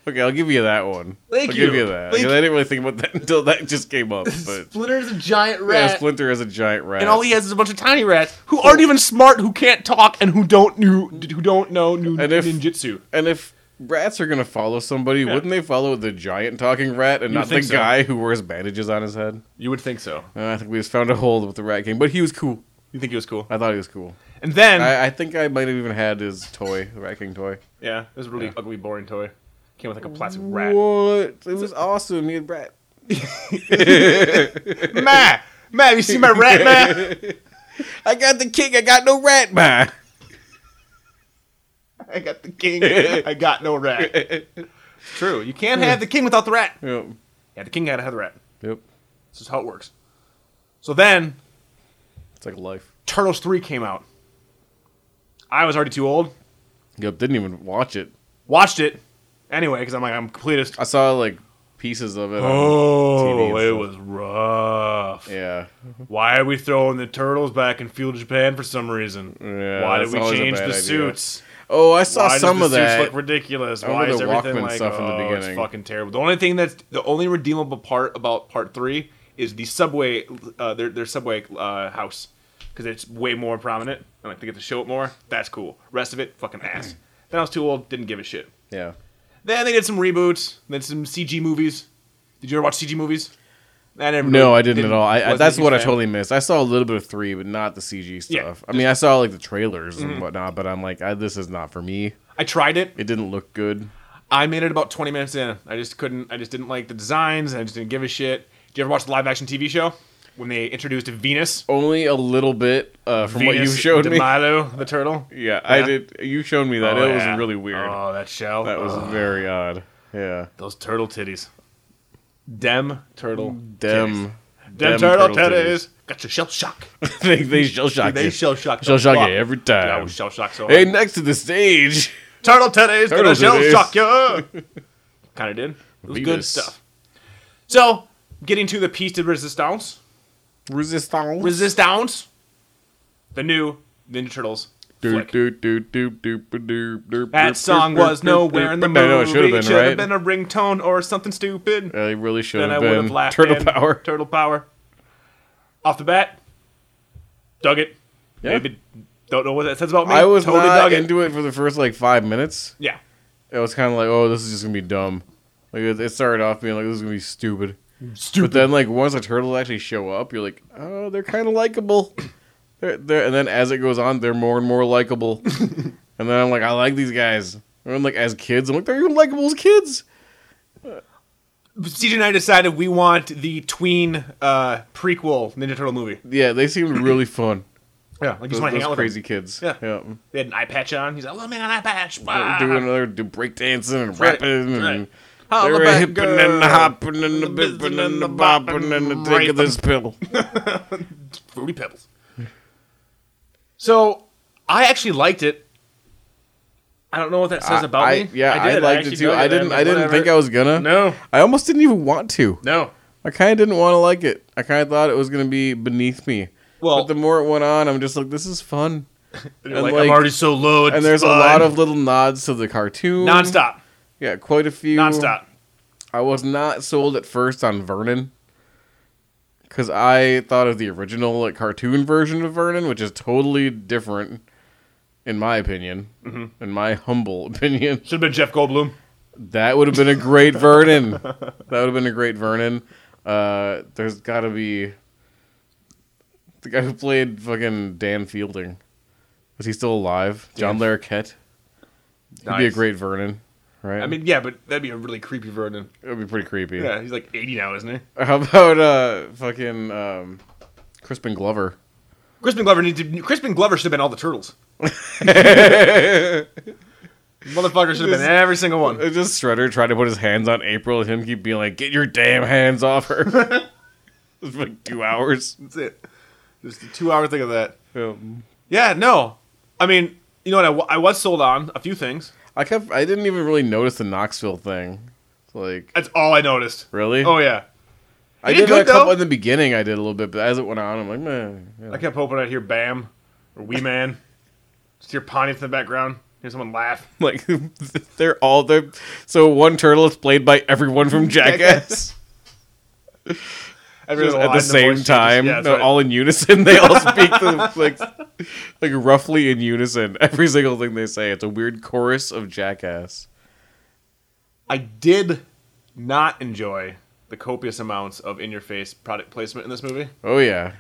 Okay, I'll give you that one.
Thank
I'll
you.
give you that.
Thank-
I didn't really think about that [LAUGHS] until that just came up. But
Splinter's a giant
yeah,
rat.
Splinter is a giant rat.
and all he has is a bunch of tiny rats who aren't even smart, who can't talk, and who don't knew, who don't know new
And if-
ninjutsu.
And if rats are gonna follow somebody, wouldn't they follow the giant talking rat and
You
not the
think so.
guy who wears bandages on his head?
You would think so.
Uh, I think we just found a hole with the rat king, but he was cool.
You think he was cool.
I thought he was cool.
And then,
I, I think I might have even had his toy, the rat king toy.
yeah, it was a really ugly, boring toy. Came with like a plastic rat. [LAUGHS]
What? It was awesome. He had rat.
Ma, ma, have you seen my [LAUGHS] rat, ma?
I got the king. I got no rat, man.
I got the king. I got no [LAUGHS] rat. True. You can't have the king without the rat.
[LAUGHS] Yep.
Yeah, the king gotta have the rat.
Yep.
This is how it works. So then,
It's like life.
Turtles 3 came out. I was already too old.
Yep. Didn't even watch it.
Watched it anyway because I'm like I'm a completist.
I saw like pieces of it. TV
Oh,
and
it
stuff.
was rough.
On, yeah.
Why are we throwing the turtles back in feudal Japan for some reason?
Yeah,
Why did
that's
we
always a
change the
bad idea.
suits?
Oh, I saw
Why
some
does
of
the
that.
suits look ridiculous?
I
Why
remember
is
the
everything
Walkman
like
stuff in the
oh, it's
beginning.
fucking terrible? The only thing that's the only redeemable part about part three is the subway, uh, their their subway uh, house, because it's way more prominent and like they get to show it more. That's cool. Rest of it, fucking ass. [CLEARS THROAT] then I was too old, didn't give a shit.
yeah.
Then they did some reboots, then some CG movies. Did you ever watch CG movies? I never
No, I didn't, at all. I, I,
wasn't a
that's
huge
what I
fan.
totally missed. I saw a little bit of three, but not the CG stuff.
Yeah, Mm-hmm.
I mean, I saw like the trailers and whatnot, but I'm like, I, this is not for me.
I tried it.
It didn't look good.
I made it about 20 minutes in. I just couldn't. I just didn't like the designs. And I just didn't give a shit. Do you ever watch the live action TV show when they introduced Venus?
Only a little bit uh, from what you
Venus
showed
de
me.
Milo the turtle.
[LAUGHS] yeah, I
Yeah.
did. You showed me that.
Oh,
it
yeah.
was really weird.
Oh, that shell.
that was
Ugh, [SIGHS]
very odd. Yeah.
those turtle titties. Dem turtle. titties.
Dem.
Dem, turtle, titties. Got your shell shock.
titties. [LAUGHS] they they shell shock
They
you.
shell shock.
Shell shock you every
Yeah, I
time.
was shell shocked so
hey,
hard.
next to the stage.
Turtle titties. Turtle
Turtle
shell
titties.
shock you. kind of did. It was good
Venus.
stuff. So, getting to the piece de resistance.
Resistance.
Resistance. The new Ninja Turtles. flick. That
That
song was nowhere in the movie.
No, it should have been,
Should
right?
have been a ringtone or something stupid.
Yeah, they really should
then I
have
would have
been.
laughed.
Turtle
in.
power.
Turtle power. Off the bat, dug it.
Yeah.
Maybe don't know what that says about me.
I was
totally
not
dug it.
into it for the first like five minutes.
yeah,
It was kind of like, oh, this is just gonna be dumb. Like it, it started off being like, this is gonna be stupid. But
stupid.
then like once the turtles actually show up, you're like, oh, they're kind of likable.
[COUGHS]
They're, they're, and then as it goes on, they're more and
[LAUGHS]
more likable. and then I'm like, I like these guys. And like as kids, I'm like, they're even likable as kids.
CJ and I decided we want the tween uh, prequel Ninja Turtle movie.
Yeah,
[COUGHS]
they seemed really fun.
Yeah, like you just
Those,
want to hang
those
out with crazy.
crazy kids.
Yeah.
yeah.
They had an eye patch on. He's like, "Let me an eye patch."
They're
Bah.
doing another do breakdancing and
right,
rapping and
right. Holla
they were
back,
hipping and
girl.
hopping and the
Bippin'
bipping and
and
the
the
bopping and
boppin'
the taking
rapin'.
this pill.
Fruity Pebbles. so I actually liked it. I don't know what that says about
I,
me.
yeah, I,
did.
liked
actually
it too.
dug
I didn't.
mean,
I didn't
whatever.
think I was gonna.
No,
I almost didn't even want to.
no.
I kind of didn't want to like it. I kind of thought it was gonna be beneath me.
Well-
but the more it went on, I'm just like, this
[LAUGHS]
is fun.
You're
And
like,
like-
I'm already so low.
And there's a lot of little nods to the cartoon.
nonstop,
Yeah, quite a few.
nonstop.
I was not sold at first on Vernon because I thought of the original like cartoon version of Vernon, which is totally different, in my opinion,
Mm-hmm.
in my humble [LAUGHS] opinion.
Should have been Jeff Goldblum.
That would have been a great Vernon. That would have been a great Vernon. Uh, there's got to be the guy who played fucking Dan Fielding. Is he still alive? John Larroquette. He'd be a
Nice.
great Vernon, right?
I mean, yeah, but that'd be a really creepy Vernon.
it would be pretty creepy. [LAUGHS]
Yeah, he's like 80 now, isn't he? [LAUGHS]
How about uh fucking um Crispin Glover?
Crispin Glover needs to, Crispin Glover should have been all the turtles. Motherfucker should have been every single one.
It's just Shredder trying to put his hands on April and him keep being like, get your damn hands
[LAUGHS]
off her. it's like two hours.
That's it. Just a two hour thing of that.
Um,
Yeah, no. I mean, you know what? I, wa- I was sold on a few things.
I kept, I didn't even really notice the Knoxville thing. It's like,
That's all I noticed.
really?
Oh, yeah.
I
You did
did
good,
a couple
though.
in the beginning. I did a little bit, but as it went on, I'm like, man,
[LAUGHS] I kept hoping I'd hear Bam or Wee Man. Just hear Pontius in the background. Hear someone laugh.
like
[LAUGHS]
they're all there. So one turtle is played by everyone from [LAUGHS] Jackass
Everyone
Just at
aligned,
the
voice
same
changes.
time.
Yeah, that's
They're
right.
all in unison. [LAUGHS] They all
[LAUGHS]
speak the, like like roughly in unison. [LAUGHS] Every single thing they say. It's a weird chorus of Jackass.
I did not enjoy the copious amounts of in your face product placement in this movie.
Oh yeah,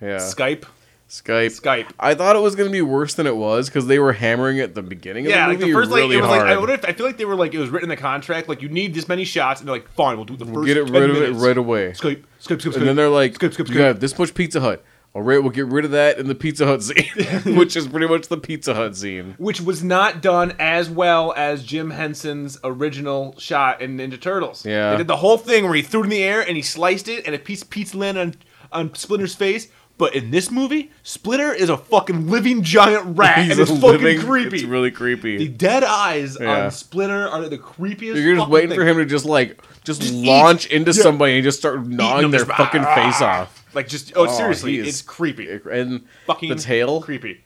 yeah.
Skype.
Skype.
Skype.
I thought it was gonna be worse than it was because they were hammering at the beginning of
Yeah,
the
like
movie
the first like
really
it was
hard.
like I, wonder if, I feel like they were like it was written in the contract like you need this many shots and they're like fine we'll do the first
Get it
10
rid of it
minutes.
right away.
Skype, Skype, Skype,
And then
Skype.
they're like,
Skip, skip,
you
skip.
have this much Pizza Hut. All right, we'll get rid of that in the Pizza
[LAUGHS]
Hut scene, [LAUGHS] which is pretty much the Pizza Hut scene.
which was not done as well as Jim Henson's original shot in Ninja Turtles.
Yeah.
they did the whole thing where he threw it in the air and he sliced it, and a piece of pizza landed on on Splinter's face. But in this movie, Splinter is a fucking living giant rat,
[LAUGHS] He's
and it's
a
fucking
living-
creepy.
It's really
the
creepy.
dead eyes
Yeah.
on Splinter are the creepiest.
You're just
fucking
waiting
thing.
for him to just like just,
eat.
launch into
Yeah.
somebody and just start gnawing
them,
their
just-
fucking
ah.
face off.
Like just oh,
Oh,
seriously,
he is-
it's creepy.
And
Fucking
the tail,
creepy.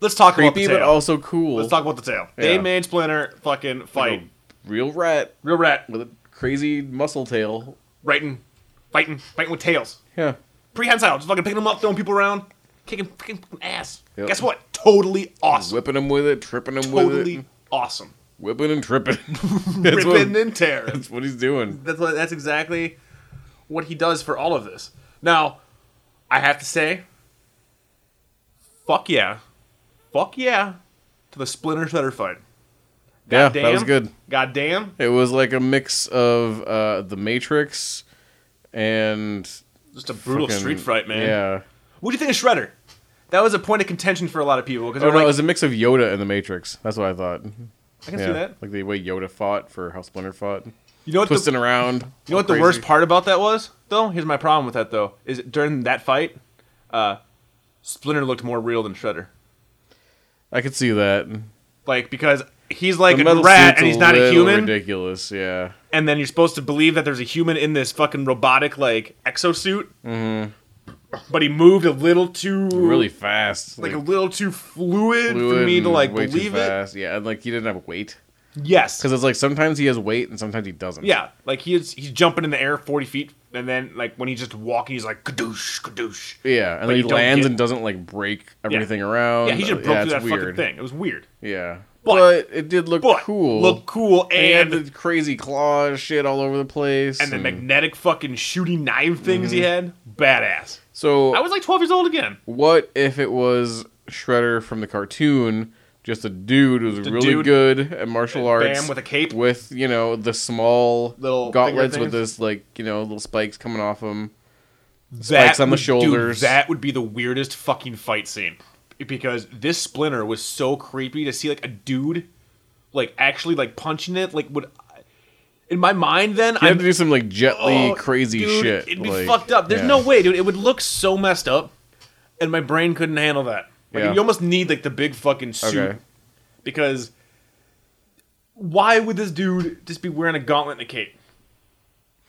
Let's talk about the
creepy
tail.
but also cool.
Let's talk about the tail.
Yeah.
They made Splinter fucking fight.
Real rat
Real rat.
with a crazy muscle tail.
writing, fighting, fighting with tails.
Yeah,
Prehensile, just fucking picking them up, throwing people around, kicking fucking ass.
Yep.
Guess what? Totally awesome.
whipping him with it, tripping him with it,
totally awesome.
whipping and tripping. [LAUGHS] that's,
Ripping
what,
and tearing.
that's what he's doing.
[LAUGHS] That's what. That's exactly what he does for all of this. Now, I have to say, fuck yeah, fuck yeah, to the Splinter Shredder fight.
Yeah,
Damn,
that was good.
God damn,
It was like a mix of uh, The Matrix and
just a brutal
fucking-
street fight, man.
Yeah.
What do you think of Shredder? That was a point of contention for a lot of people because
Oh no,
like,
it was a mix of Yoda and The Matrix. That's what I thought.
I can
Yeah,
see that.
like the way Yoda fought for how Splinter fought,
You know what? the-
twisting around.
You know what the worst part about that was, though? Here's my problem with that, though. Is that during that fight, uh, Splinter looked more real than Shredder.
I could see that.
Like, because he's like
The
a
metal
rat
suit's
and he's not a
little
human,
Ridiculous. Yeah.
and then you're supposed to believe that there's a human in this fucking robotic, like, exosuit. Mm-hmm. But he moved a little too.
Really fast.
Like, a little too fluid, for me to,
and
like,
way too
believe it.
fast. Yeah, and like he didn't have weight
Yes.
because it's like sometimes he has weight and sometimes he doesn't.
Yeah, like he's he's jumping in the air forty feet, and then like when he's just walking, he's like kadoosh, kadoosh.
Yeah, and
But
then
you
he
don't
lands
get-
and doesn't like break everything around. Uh,
Yeah, he should have broke through
Oh, it's
that fucking thing. It was weird.
Yeah.
But-
But, it did look
but
cool.
look cool,
They had
and
the crazy claw shit all over the place.
and the magnetic fucking shooting knife things he
Mm-hmm.
had, badass.
so
I was like twelve years old again.
what if it was Shredder from the cartoon, just a dude who's
a
really
dude.
good at martial
Bam,
arts
with a cape.
with you know the small
Little
gauntlets
finger
with
things.
this like you know little spikes coming off them.
That
on the
would- dude,
shoulders.
that would be the weirdest fucking fight scene because this splinter was so creepy to see like a dude, like actually like punching it. Like would in my mind then
You
I'm
have to do some like jetly
Oh,
crazy
dude,
shit.
It'd be
like-
fucked up. There's
yeah.
no way, dude. It would look so messed up, and my brain couldn't handle that. Like,
Yeah.
You almost need like the big fucking suit
Okay.
because why would this dude just be wearing a gauntlet and a cape?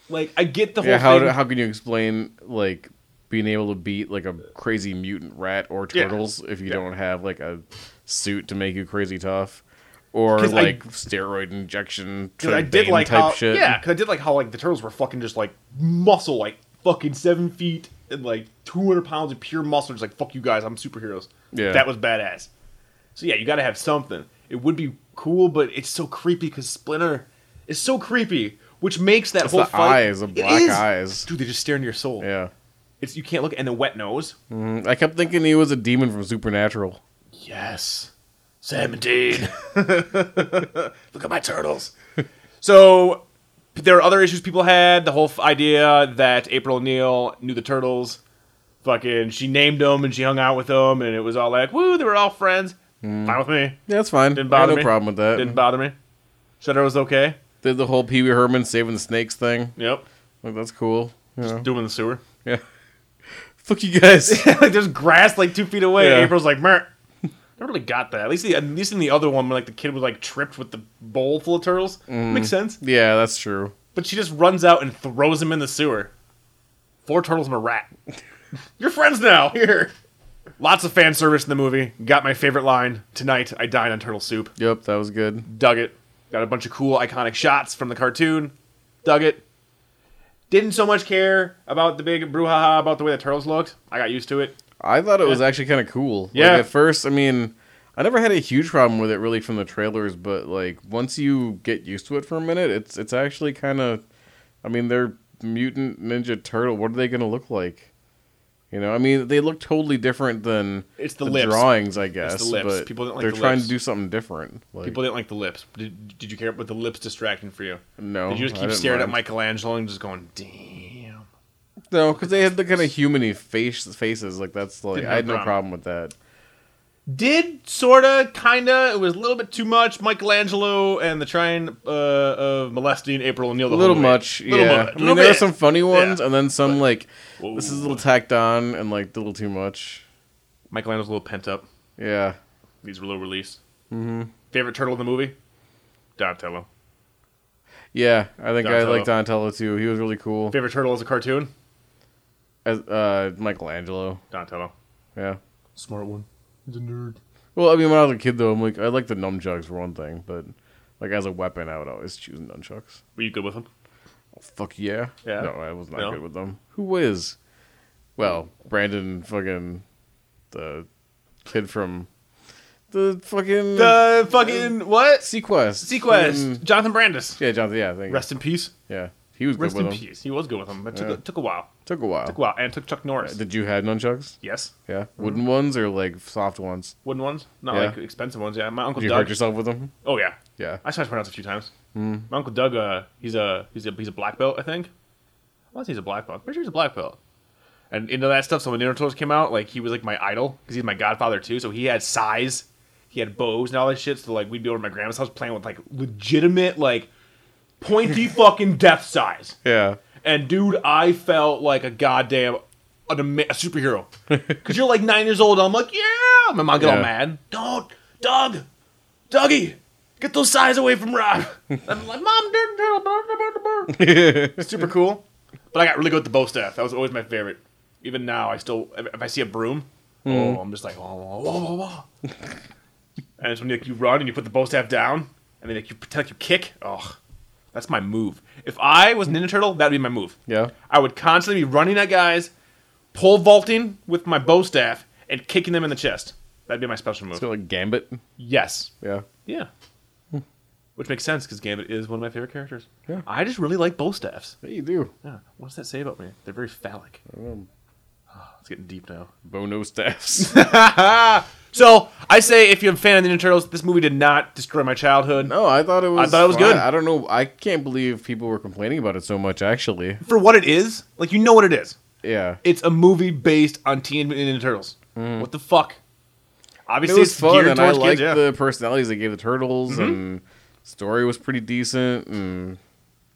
Like I get the whole
Yeah, how,
thing.
do- how can you explain like being able to beat like a crazy mutant rat or
Yeah.
turtles if you
Yeah.
don't have like a suit to make you crazy tough or
'Cause I-
like steroid injection
'Cause I did
Dame
like
type
how
shit?
yeah, 'cause I did like how like the turtles were fucking just like muscle, like fucking seven feet and like two hundred pounds of pure muscle, just like fuck you guys, I'm superheroes.
Yeah.
that was badass. So yeah, you got to have something. It would be cool, but it's so creepy because Splinter is so creepy, which makes that
It's
whole
the
fight.
eyes, the
It
black
is.
eyes.
dude, they just stare into your soul.
Yeah.
It's you can't look, and the wet nose.
I kept thinking he was a demon from Supernatural.
Yes. Seventeen.
[LAUGHS]
[LAUGHS] Look at my turtles. so there are other issues people had. The whole f- idea that April O'Neil knew the turtles. Fucking, she named them and she hung out with them, and it was all like, woo, they were all friends.
Mm-hmm.
Fine with me.
Yeah, that's fine.
Didn't
I got
bother
no
me.
problem with that.
Didn't bother me. Shutter was okay.
Did the whole Pee Wee Herman saving the snakes thing.
Yep.
Like, that's cool. Yeah.
Doing the
[LAUGHS]
sewer. [LAUGHS]
yeah. Fuck you guys.
like there's grass like two feet away.
Yeah.
April's like, Mer. I really got that. At least, the, at least in the other one, where like the kid was like tripped with the bowl full of turtles,
Mm.
makes sense.
yeah, that's true.
But she just runs out and throws him in the sewer. Four turtles and a rat. You're friends now. Here. Lots of fan service in the movie. Got my favorite line tonight. I dine on turtle soup.
Yep, that was good.
Dug it. Got a bunch of cool iconic shots from the cartoon. Dug it. Didn't so much care about the big brouhaha about the way the turtles looked. I got used to it.
I thought it was actually kind of cool. Like,
Yeah.
at first, I mean, I never had a huge problem with it really from the trailers, but like once you get used to it for a minute, it's it's actually kind of. I mean, they're mutant ninja turtle. What are they gonna look like? You know, I mean, they look totally different than
It's the lips.
drawings, I guess.
lips.
But
People didn't like
they're
the
trying
lips.
to do something different. Like,
People didn't like the lips. Did, did you care about the lips distracting for you?
No,
Did you just
I
keep
didn't
staring at
mind.
Michelangelo and just going, damn?
no, because they had the kind of humany face faces. Like that's like
Didn't
I had
have a
no
problem.
problem with that.
Did sorta, kinda. It was a little bit too much. Michelangelo and the trying uh, of molesting April O'Neil. The
A little
whole way.
much,
Little
yeah.
much,
I mean,
little
there are
bit.
some funny ones,
Yeah.
and then some like this is a little tacked on and like a little too much.
Michelangelo's a little pent up.
Yeah,
Needs a little release. Mm-hmm. Favorite turtle in the movie? Donatello.
yeah. I think I
Donatello.
like Donatello too. He was really cool.
Favorite turtle as a cartoon?
As uh, Michelangelo.
Donatello.
Yeah.
Smart one. He's a nerd.
Well, I mean, when I was a kid though, I'm like I like the nunchucks for one thing, but like as a weapon, I would always choose nunchucks. Oh,
Were you good with him?
Fuck yeah.
Yeah.
No, I was not
No.
good with them. Who is? Well, Brandon fucking the kid from the fucking
The fucking Mm. what?
Sequest.
Sequest.
Fucking-
Jonathan Brandis.
Yeah, Jonathan. Yeah, thank you.
Rest in peace.
Yeah, he was
Rest
good
in
with them.
peace. He was good with him. It took,
Yeah.
it took a while.
Took a while.
Took a while. Mm-hmm. And it took Chuck Norris.
Did you had nunchucks?
yes.
Yeah, wooden ones or like soft ones?
Wooden ones. Not
Yeah.
like expensive ones. Yeah. My Uncle
Did you
Doug.
hurt yourself with them?
Oh, yeah.
Yeah.
I saw his pronounce a few times. My Uncle Doug, uh, he's, a, he's, a, he's a black belt, I think. I want to say he's a black belt. I'm pretty sure he's a black belt. And into that stuff, so when Ninja Turtles came out, like he was like my idol because he's my godfather too. So he had size, he had bows and all that shit. So like we'd be over at my grandma's house playing with like legitimate like pointy [LAUGHS] fucking death size.
Yeah.
And dude, I felt like a goddamn an, ama- a superhero. Cause you're like nine years old. I'm like, yeah. My mom get
Yeah.
all mad. Don't, Doug, Dougie, get those signs away from Rob. I'm like, mom, dirt, dirt, dirt, dirt, dirt, dirt." super cool. But I got really good with the bow staff. That was always my favorite. Even now, I still if if I see a broom, oh, I'm just like, oh, oh, oh, oh, oh. and it's when like, you run and you put the bow staff down, and then like, you pretend like you kick. Oh, that's my move. If I was Ninja Turtle, that'd be my move.
Yeah.
I would constantly be running at guys, pole vaulting with my bow staff, and kicking them in the chest. That'd be my special move.
So like gambit.
yes.
Yeah.
Yeah. Which makes sense because Gambit is one of my favorite characters.
Hmm. Yeah.
I just really like bow staffs.
Hey, you do.
Yeah. What does that say about me? They're very phallic. Oh, it's getting deep now.
Bono
[LAUGHS]
staffs.
So I say, if you're a fan of the Ninja Turtles, this movie did not destroy my childhood.
no, I thought it was.
thought it was
fine.
good.
I don't know. I can't believe people were complaining about it so much. Actually.
For what it is, like you know what it is.
Yeah.
It's a movie based on Teen Ninja Turtles. What the fuck?
It
Obviously,
Mm-hmm. was
it's
fun,
geared
and I
towards
liked
kids. Yeah. Mm-hmm.
the personalities they gave the turtles, and story was pretty decent, and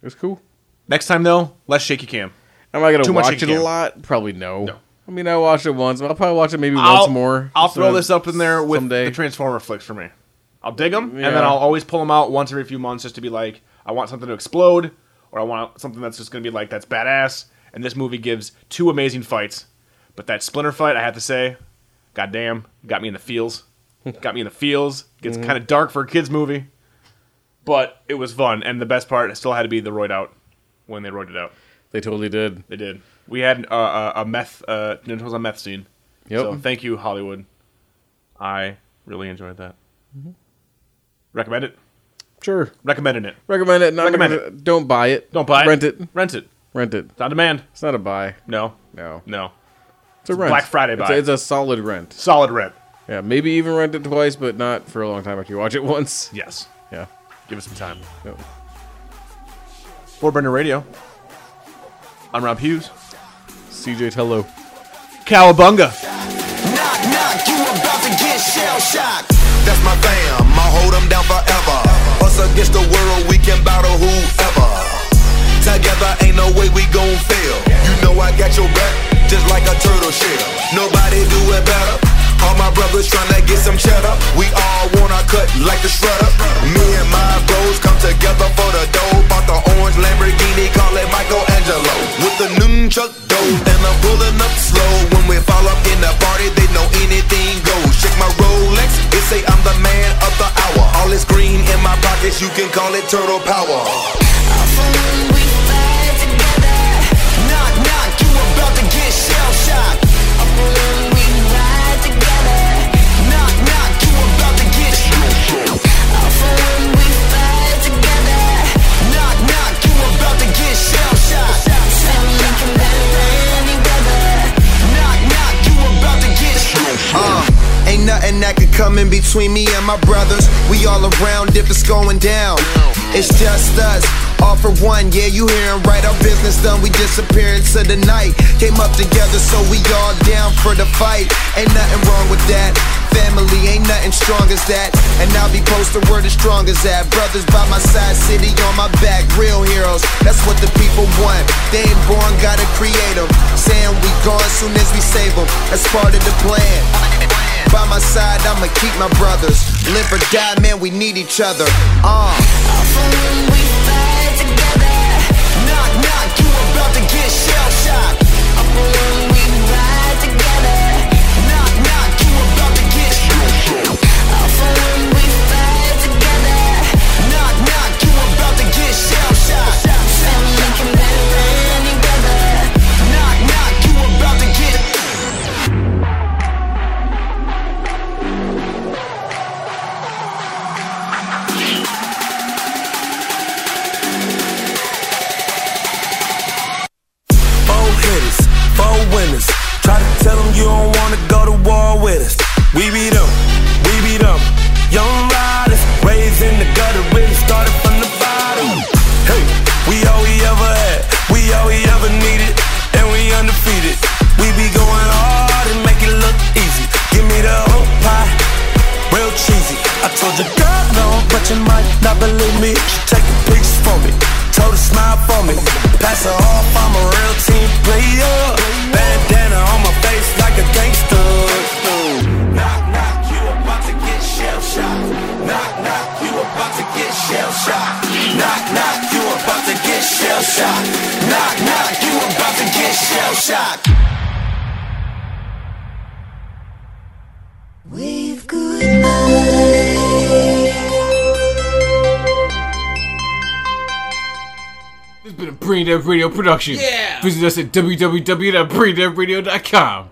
it was cool.
Next time though, less shaky cam.
Am I gonna
Too much
watch it a
in-cam.
lot? Probably no.
No.
I mean, I watched it once. I'll probably watch it maybe
I'll,
once more.
I'll
So-
throw this up in there with
someday.
the Transformer flicks for me. I'll dig them,
Yeah.
and then I'll always pull them out once every few months just to be like, I want something to explode, or I want something that's just going to be like, that's badass. And this movie gives two amazing fights. But that Splinter fight, I have to say, goddamn, got me in the
[LAUGHS]
feels. got me in the feels. Gets
Mm-hmm.
kind of dark for a kid's movie. But it was fun, and the best part, it still had to be the roid out when they roided out.
They totally did.
They did. We had uh, a, a meth, uh, Ninja Turtles on meth scene.
Yep.
So thank you, Hollywood. I really enjoyed that.
Mm-hmm.
Recommend it.
sure.
Recommending it.
Recommend it. Not
Recommend
recommend it. Don't buy it.
Don't buy it.
Rent it.
Rent it.
Rent it.
It's on demand.
It's not a buy.
No.
No.
No.
It's a rent.
Black Friday
It's
buy.
a, it's a solid rent.
Solid rent.
Yeah. Maybe even rent it twice, but not for a long time after you watch it once.
Yes.
Yeah.
Give us some time.
Yep.
For Brendan Radio. I'm Rob Hughes.
CJ Tello.
Cowabunga.
Knock, knock, you about to get shell shocked. That's my fam, I'll hold them down forever. Us against the world, we can battle whoever. Together ain't no way we gon' fail. You know I got your back, just like a turtle shell. Nobody do it better. All my brothers tryna get some cheddar. We all wanna cut like the shredder. Me and my bros come together for the dough. Bought the orange Lamborghini, call it Michelangelo. With the nunchuck dough, and I'm pulling up slow. When we fall up in the party, they know anything goes. Check my Rolex, it say I'm the man of the hour. All this green in my pockets, you can call it turtle power. Knock, knock, you about to get shell shocked. Knock, knock, you about to get shell shocked. Knock, knock, you about to get shell shocked. Knock, knock, you about to get shell shocked. Ain't nothing that could come in between me and my brothers. We all around if it's going down. It's just us, all for one. Yeah, you hearin' right. Our business done, we disappear into the night. Came up together, so we all down for the fight. Ain't nothing wrong with that. Family ain't nothing strong as that. And I'll be posted where the strong is at. Brothers by my side, city on my back. Real heroes, that's what the people want. They ain't born, gotta create 'em. Saying we gone soon as we save 'em. That's part of the plan. By my side, I'ma keep my brothers. Live or die, man, we need each other. Uh. Knock, knock, you about to get shell shocked. Knock, knock, you about to get shell shocked. Knock, knock, you about to get shell shocked. Knock, knock, you about to get. Four hitters, four winners. Try to tell them you don't wanna go to war with us. We beat 'em, we beat 'em. Young riders, raised in the gutter, really started from the bottom. Hey, we all we ever had, we all we ever needed, and we undefeated. We be going hard and make it look easy. Give me the whole pie, real cheesy. I told you, girl, no, but you might not believe me. She taking pictures for me, told her smile for me. Pass her off, I'm a real team player. Bandana on my face like a gangster. Knock, knock, you about to get shell shocked. Knock, knock, you about to get shell shocked. Knock, knock, you about to get shell shocked. Knock, knock, you about to get shell shocked.
Wave goodbye.
This has been a Brain Dead Radio production. Yeah. Visit us at www.braindeadradio.com.